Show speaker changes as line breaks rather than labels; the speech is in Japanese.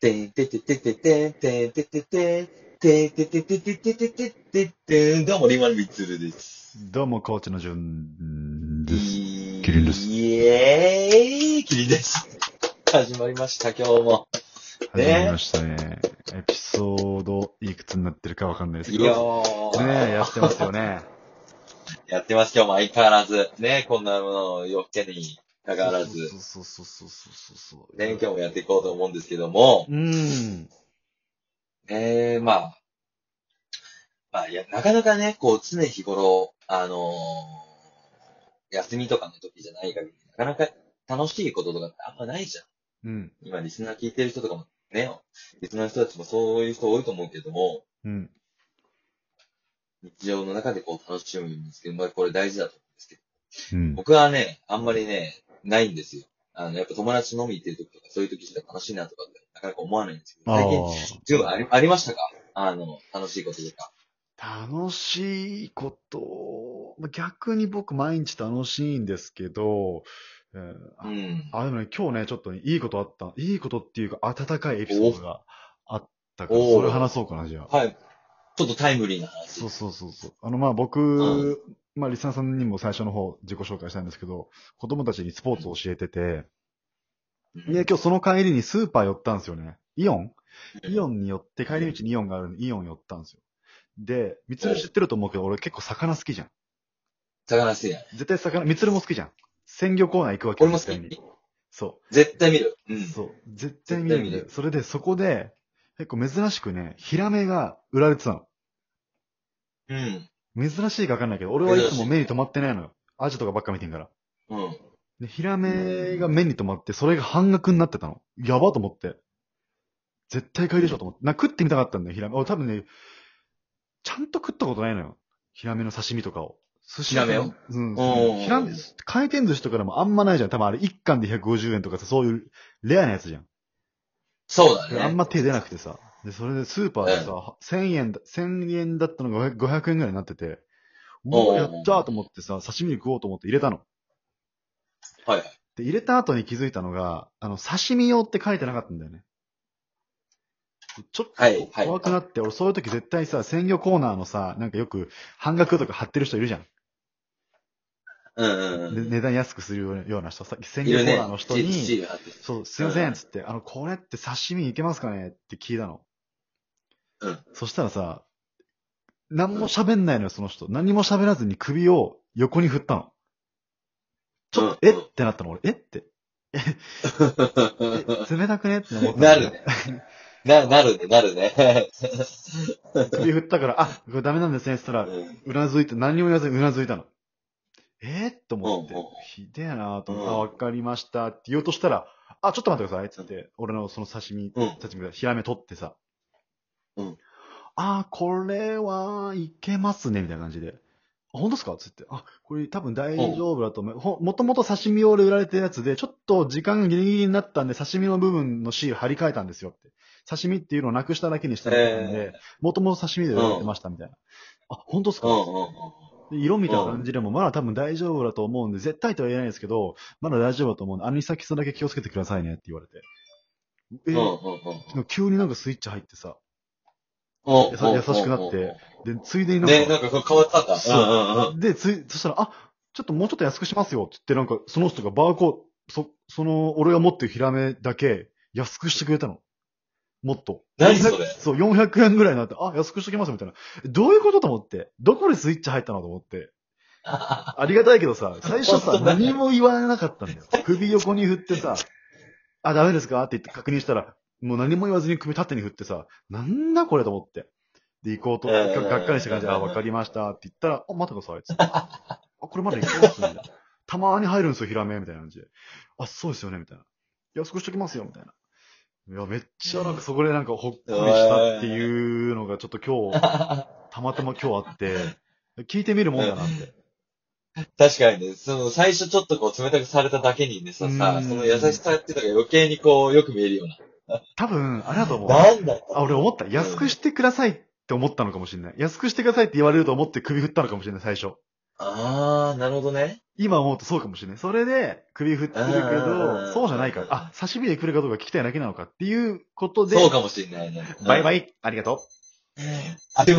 てんてててててんてんてててんてんてててててててててんどうも、リーマン・ミツルです。
どうも、コーチのじゅんです。
キ
キリンです
イエーイキリンです。 始まりました、今日も。ね
始まりましたね。エピソード、いくつになってるかわかんないですけ
いや
ど。
ー。
ねえ、やってますよね。
やってます、今日も相変わらず。ねこんなものを夜更けにかかわらず。
そうそうそうそうそうそう。
ね今日もやっていこうと思うんですけども。
うーん。
ええまあ。まあ、いや、なかなかね、こう、常日頃、あのー休みとかの時じゃない限り、なかなか楽しいこととかってあんまないじゃん。
うん。
今、リスナー聞いてる人とかもね、リスナーの人たちもそういう人多いと思うけども、
うん。
日常の中でこう、楽しむんですけど、まあ、これ大事だと思うんですけど、
うん。
僕はね、あんまりね、ないんですよ。あの、やっぱ友達飲み行ってる時とか、そういう時しか楽しいなとかって、なかなか思わないんですけど、最近、ジュンありありましたかあの、楽しいこととか。
あー楽しいこと、まあ逆に僕毎日楽しいんですけど、うんあ
うん。
あ、でもね、今日ね、ちょっといいことあった。いいことっていうか、温かいエピソードがあったから、
おー
それ話そうかな、じゃあ。
はい。ちょっとタイムリーな話。
そうそうそうそう。あの、まあ僕、
う
まあリスナーさんにも最初の方自己紹介したんですけど、子供たちにスポーツを教えてて、
うん
で、今日その帰りにスーパー寄ったんですよね。イオン
うん
イオンに寄って、帰り道にイオンがあるんで、イオン寄ったんですよ。で、みつる知ってると思うけど、俺結構魚好きじゃん。
魚好きやね。
絶対魚、みつるも好きじゃん。鮮魚コーナー行くわけ
俺も好
絶対に
き。
そう。
絶対見る。うん。
そう。絶対見るん
絶対
で
見。る
それで、そこで、結構珍しくね、ヒラメが売られてた
うん。
の。珍しいかわかんないけど、俺はい
珍
つ
し
も
い
目に留まってないのよ。アジとかばっか見てんから。
うん。
で、ヒラメが目に留まって、それが半額になってたの。やばと思って。絶対買いでしょと思って。な、食ってみたかったんだよ、ヒラメ。俺多分ね、ちゃんと食ったことないのよ。ヒラメの刺身とかを。寿司とか
ヒラメを
うん
おー。
ヒラメ、回転寿司とかでもあんまないじゃん。多分あれ1貫で150円とかさ、そういうレアなやつじゃん。
そうだね。
あんま手出なくてさ。で、それでスーパーでさ、1000円だ、1000円だったのが500円ぐらいになってて、う
おう
わ、やったーと思ってさ、刺身食おうと思って入れたの。
はいはい。
で、入れた後に気づいたのが、あの、刺身用って書いてなかったんだよね。ちょっ
はいは
と
い
怖くなって、俺そういう時絶対さ、鮮魚コーナーのさ、なんかよく半額とか貼ってる人いるじゃん。
うんうん
で
うん。
値段安くするような人、さ鮮
い
魚コ
る
ー
ね
ナーの。
ス
人
チール、スチ
に、
ール貼ってる
そう、すいません、つって、あの、これって刺身いけますかねって聞いたの。
うん
そしたらさ、何も喋んないのよ、その人。何も喋らずに首を横に振ったの。ちょっと、
うん
えってなったの、俺。えって。え冷たくねって思ったの。
なるね。な、なるね、なるね。
首振ったから、あ、これダメなんですね、そしたら、
うん
うなずいて、何にも言わずにうなずいたの。えー、と思って
うんうん、
ひでえなーと思って、
うん
あ、わかりましたって言おうとしたら、あ、ちょっと待ってくださいっつって、俺のその刺身、
うん
刺身がヒラメ取ってさ、
うん。
あ、これはいけますね、みたいな感じで。あ本当ですかつって。あ、これ多分大丈夫だと思う。ほもともと刺身用で売られてるやつで、ちょっと時間がギリギリになったんで、刺身の部分のシール貼り替えたんですよって。刺身っていうのをなくしただけにしただけなんで、もともと刺身で売られてましたみたいな。あ、本当です
う
か、
んうん
で色見た感じでも、まだ多分大丈夫だと思うんで、絶対とは言えないですけど、まだ大丈夫だと思うんで、アニサキスだけ気をつけてくださいねって言われて。
う
え
んうん。うんうん
ー急になんかスイッチ入ってさ、
うん。
優し優しくなって。で、ついでになんか、
ね、なんかこう変わったんだ。うんうんうん。
で、つい、そしたら、あ、ちょっともうちょっと安くしますよって言って、なんか、その人がバーコー、そ、その、俺が持ってるヒラメだけ、安くしてくれたの。もっと。
何それ
そう、400円ぐらいになって、あ、安くしときますみたいな。どういうことと思って、どこでスイッチ入ったのと思って。ありがたいけどさ、最初
本
さ、
当だね
何も言われなかった んだよ。首横に振ってさ、あ、ダメですかって言って確認したら、もう何も言わずに首縦に振ってさ、なんだこれと思って。で、行こうと、
うん
ががっかりした感じで、
うん
あ、わかりましたって言ったら、あ、待ってくださいっつって。あ、これまだ行こうっすね。たまーに入るんですよ、ヒラメ、みたいな感じで。あ、そうですよね、みたいな。安くしときますよ、みたいな。いや、めっちゃなんかそこでなんかほっこりしたっていうのがちょっと今日、たまたま今日あって、聞いてみるもんだなって。
確かにね、その最初ちょっとこう冷たくされただけにね、さ、
う
さ
ん
その優しさっていうのが余計にこうよく見えるような。
多分、あれだと 思う。
なんだ
あ、俺思った。安くしてくださいって思ったのかもしれない。安くしてくださいって言われると思って首振ったのかもしれない、最初。
あー、なるほどね。
今思うとそうかもしれない。それで首振ってるけ
うん
ど、そうじゃないから、あ、刺身で来るかどうか聞きたいだけなのかっていうことで、
そうかもしれないね。
バイバ
イ。
イ、ありがとう。
あ、でも